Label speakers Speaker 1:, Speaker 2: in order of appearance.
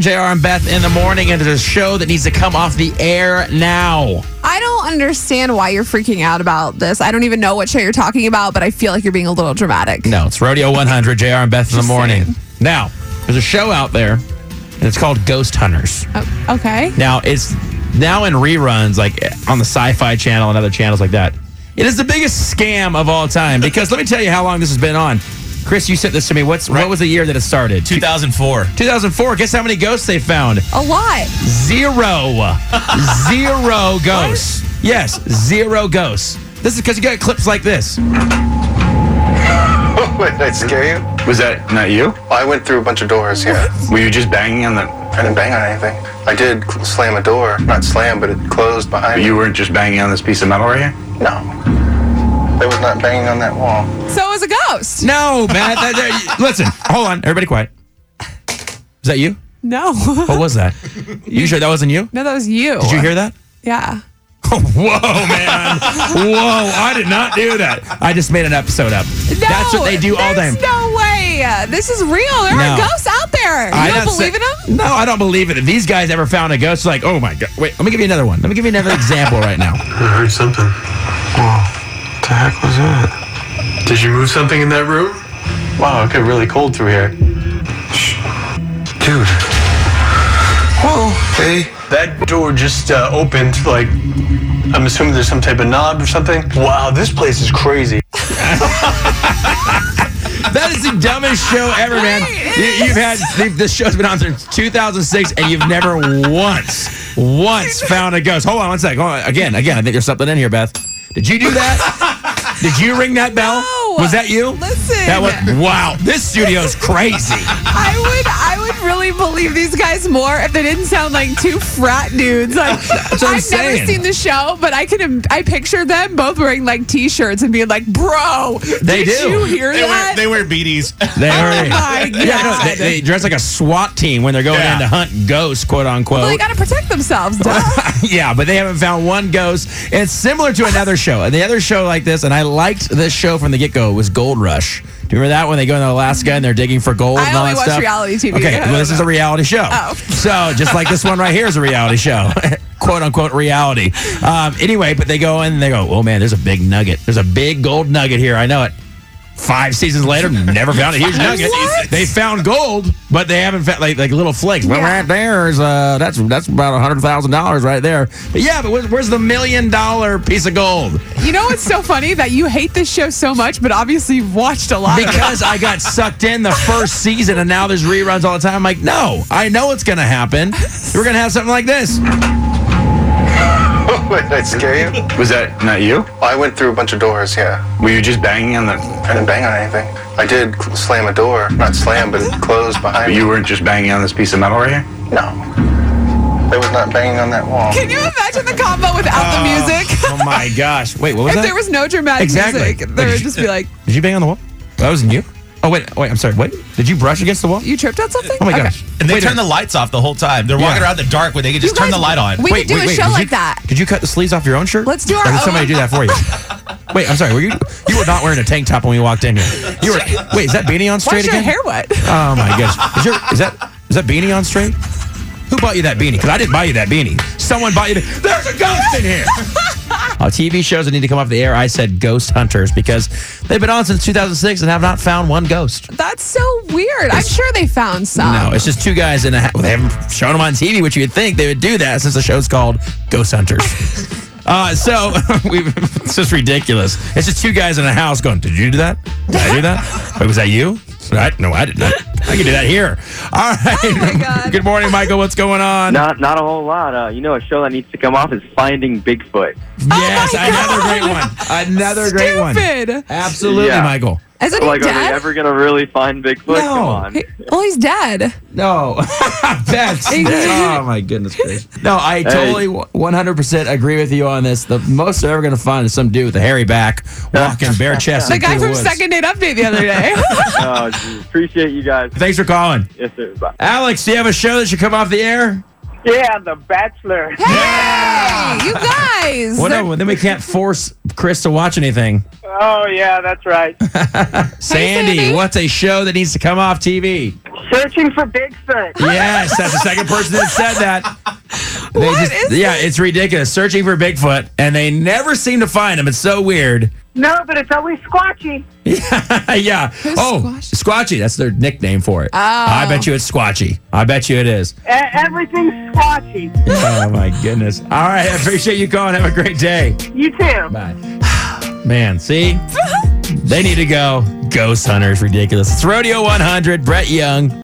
Speaker 1: JR and Beth in the morning, and there's a show that needs to come off the air now.
Speaker 2: I don't understand why you're freaking out about this. I don't even know what show you're talking about, but I feel like you're being a little dramatic.
Speaker 1: No, it's Rodeo 100, JR and Beth in the
Speaker 2: Just
Speaker 1: morning.
Speaker 2: saying.
Speaker 1: Now, there's a show out there, and it's called Ghost Hunters.
Speaker 2: O- Oh, okay.
Speaker 1: Now, it's now in reruns, like on the Sci Fi channel and other channels like that. It is the biggest scam of all time because let me tell you how long this has been on. Chris, you sent this to me. What's What was the year that it started?
Speaker 3: 2004.
Speaker 1: 2004. Guess how many ghosts they found?
Speaker 2: A lot.
Speaker 1: Zero, zero ghosts. Yes, zero ghosts. This is because you got clips like this.
Speaker 4: Wait, did that scare you?
Speaker 5: Was that not you?
Speaker 4: I went through a bunch of doors, yeah.
Speaker 5: Were you just banging on the?
Speaker 4: I didn't bang on anything. I did cl- slam a door. Not slam, but it closed behind
Speaker 5: You weren't just banging on this piece of metal right here.
Speaker 4: me. No. There was not banging on that wall.
Speaker 2: So is a ghost.
Speaker 1: No, man. that- that- listen, hold on. Everybody quiet. Is that you?
Speaker 2: No.
Speaker 1: What was that? You sure that wasn't you?
Speaker 2: no, that was you.
Speaker 1: Did you hear that?
Speaker 2: Yeah.
Speaker 1: Whoa, man. Whoa, I did not do that. I just made an episode up. That's what they do all day.
Speaker 2: there's No way. This is real. There are
Speaker 1: No.
Speaker 2: ghosts out there. You
Speaker 1: I
Speaker 2: don't
Speaker 1: don't
Speaker 2: believe in
Speaker 1: say-
Speaker 2: them?
Speaker 1: No, I don't believe it. If these guys ever found a ghost, like, oh my god. Wait, let me give you another one. Let me give you another example right now.
Speaker 6: I heard something. Wow, what the heck was that? Did you move something in that room? Wow, it got really cold through here.
Speaker 4: Dude.
Speaker 6: Whoa. Hey. That door just uh, opened, like, I'm assuming there's some type of knob or something. Wow, this place is crazy.
Speaker 1: That is the dumbest show ever, man. You, you've had this show's been on since 2006, and you've never once, once found a ghost. Hold on one sec. Hold on. Again, again. I think there's something in here, Beth. Did you do that? Did you ring that bell?
Speaker 2: No.
Speaker 1: Was that you?
Speaker 2: Listen.
Speaker 1: That was wow. This studio's crazy.
Speaker 2: I would I would really believe these guys more if they didn't sound like two frat dudes. Like I've
Speaker 1: what I'm
Speaker 2: never
Speaker 1: saying.
Speaker 2: seen the show, but I can im- I picture them both wearing like t-shirts and being like, "Bro,
Speaker 1: They
Speaker 2: did
Speaker 1: do.
Speaker 2: you hear
Speaker 3: They
Speaker 2: that?"
Speaker 3: wear, they wear beaties.
Speaker 1: They already.
Speaker 2: Oh my
Speaker 1: Yeah, no, they,
Speaker 2: God.
Speaker 1: they dress like a SWAT team when they're going
Speaker 3: Yeah.
Speaker 1: in to hunt ghosts, quote unquote.
Speaker 2: Well, they gotta protect themselves. duh.
Speaker 1: yeah, but they haven't found one ghost. It's similar to another show. And the other show like this, and I liked this show from the get go, was Gold Rush. Do you remember that when they go into Alaska and they're digging for gold
Speaker 2: I
Speaker 1: and all
Speaker 2: only
Speaker 1: that
Speaker 2: watch
Speaker 1: stuff?
Speaker 2: reality TV.
Speaker 1: Okay,
Speaker 2: I
Speaker 1: well,
Speaker 2: don't
Speaker 1: this is a reality show.
Speaker 2: Oh.
Speaker 1: So just like this one right here is a reality show. quote unquote reality. Um, anyway, but they go in and they go, oh man, there's a big nugget. There's a big gold nugget here. I know it. Five seasons later, never found a huge nugget.
Speaker 2: What?
Speaker 1: They found gold, but they haven't found like like little flakes. Well,
Speaker 2: Yeah.
Speaker 1: right there is uh that's that's about hundred thousand dollars right there. But yeah, but where's, where's the million dollar piece of gold?
Speaker 2: You know what's so funny that you hate this show so much, but obviously you've watched a lot. of it.
Speaker 1: Because I got sucked in the first season, and now there's reruns all the time. I'm like, no, I know it's gonna happen. We're gonna have something like this.
Speaker 4: Wait, did that scare you?
Speaker 5: Was that not you?
Speaker 4: I went through a bunch of doors, yeah.
Speaker 5: Were you just banging on the?
Speaker 4: I didn't bang on anything. I did cl- slam a door. Not slam, but it closed behind
Speaker 5: You
Speaker 4: me.
Speaker 5: weren't just banging on this piece of metal right here.
Speaker 4: No. There was not banging on that wall.
Speaker 2: Can you imagine the combo without the music?
Speaker 1: Oh my gosh! Wait, what was that?
Speaker 2: if there was no dramatic
Speaker 1: Exactly.
Speaker 2: music, there would just be like,
Speaker 1: Did you bang on the wall? That wasn't you. Oh wait, wait. I'm sorry. What? Did you brush against the wall?
Speaker 2: "You tripped on something?"
Speaker 1: Oh my
Speaker 2: Okay.
Speaker 1: gosh!
Speaker 3: And they
Speaker 1: Wait a
Speaker 3: turn the
Speaker 1: minute.
Speaker 3: lights off the whole time. They're walking
Speaker 1: Yeah.
Speaker 3: around in the dark where they can just
Speaker 2: You
Speaker 3: turn
Speaker 2: guys-
Speaker 3: the light on.
Speaker 2: we-
Speaker 3: Wait,
Speaker 2: could do a show
Speaker 1: did you-
Speaker 2: like that.
Speaker 1: Did you cut the sleeves off your own shirt?
Speaker 2: Let's do
Speaker 1: Or
Speaker 2: our
Speaker 1: did somebody
Speaker 2: own-
Speaker 1: do that for you? Wait, I'm sorry. Were you you were not wearing a tank top when we walked in here? You were. Wait, is that beanie on
Speaker 2: Why
Speaker 1: straight
Speaker 2: is your
Speaker 1: again?
Speaker 2: hair wet?
Speaker 1: Oh my gosh! Is, your, is that is that beanie on straight? Who bought you that beanie? Because I didn't buy you that beanie. Someone bought you. The, there's a ghost in here. Uh, TV shows that need to come off the air. I said ghost hunters because they've been on since 2006 and have not found one ghost.
Speaker 2: That's so weird. I'm sure they found some.
Speaker 1: No, it's just two guys in a hat. Well, they haven't shown them on TV, which you'd think they would do that since the show's called Ghost Hunters. uh, so we've, it's just ridiculous. It's just two guys in a house going, Did you do that? Did I do that? Wait, was that you? I, no, I did not. I can do that here. All right.
Speaker 2: Oh my God.
Speaker 1: Good morning, Michael. What's going on?
Speaker 7: Not not a whole lot. Uh, you know, a show that needs to come off is Finding Bigfoot.
Speaker 1: Yes,
Speaker 2: Oh my
Speaker 1: another great
Speaker 2: God.
Speaker 1: one. Another great one.
Speaker 2: Stupid.
Speaker 1: Absolutely,
Speaker 7: Yeah.
Speaker 1: Michael.
Speaker 2: Isn't he
Speaker 7: Like, are
Speaker 2: dead?
Speaker 7: Oh they ever gonna really find Bigfoot?
Speaker 1: No.
Speaker 7: Come on.
Speaker 2: He- well, he's dead.
Speaker 1: No, that's oh my goodness gracious. No, I totally 100 percent agree with you on this. The most they're ever gonna find is some dude with a hairy back walking bare chested.
Speaker 2: The guy
Speaker 1: through
Speaker 2: from
Speaker 1: woods.
Speaker 2: Second Date Update the other day.
Speaker 7: Oh, geez. Appreciate you guys.
Speaker 1: Thanks for calling,
Speaker 7: Yes, sir. Bye.
Speaker 1: Alex. Do you have a show that should come off the air?
Speaker 8: Yeah, The Bachelor.
Speaker 1: Yeah,
Speaker 2: Hey, you guys.
Speaker 1: Well,
Speaker 2: they're-
Speaker 1: no, then we can't force Chris to watch anything.
Speaker 8: Oh, yeah, that's right.
Speaker 1: Sandy,
Speaker 2: Sandy.
Speaker 1: what's a show that needs to come off TV?
Speaker 8: Searching for Bigfoot.
Speaker 1: Yes, that's the second person that said that. They
Speaker 2: What is
Speaker 1: yeah, it's ridiculous. Searching for Bigfoot, and they never seem to find him. It's so weird.
Speaker 8: No, but it's always Squatchy. E-,
Speaker 1: yeah. oh,
Speaker 2: Squatch?
Speaker 1: Squatchy. That's their nickname for it. I bet you it's Squatchy. I bet you it is.
Speaker 8: E- everything's Squatchy.
Speaker 1: oh, my goodness. All right. I appreciate you calling. Have a great day.
Speaker 8: You too.
Speaker 1: Bye. Man, see? they need to go. Ghost Hunters. Ridiculous. It's Rodeo 100. Brett Young.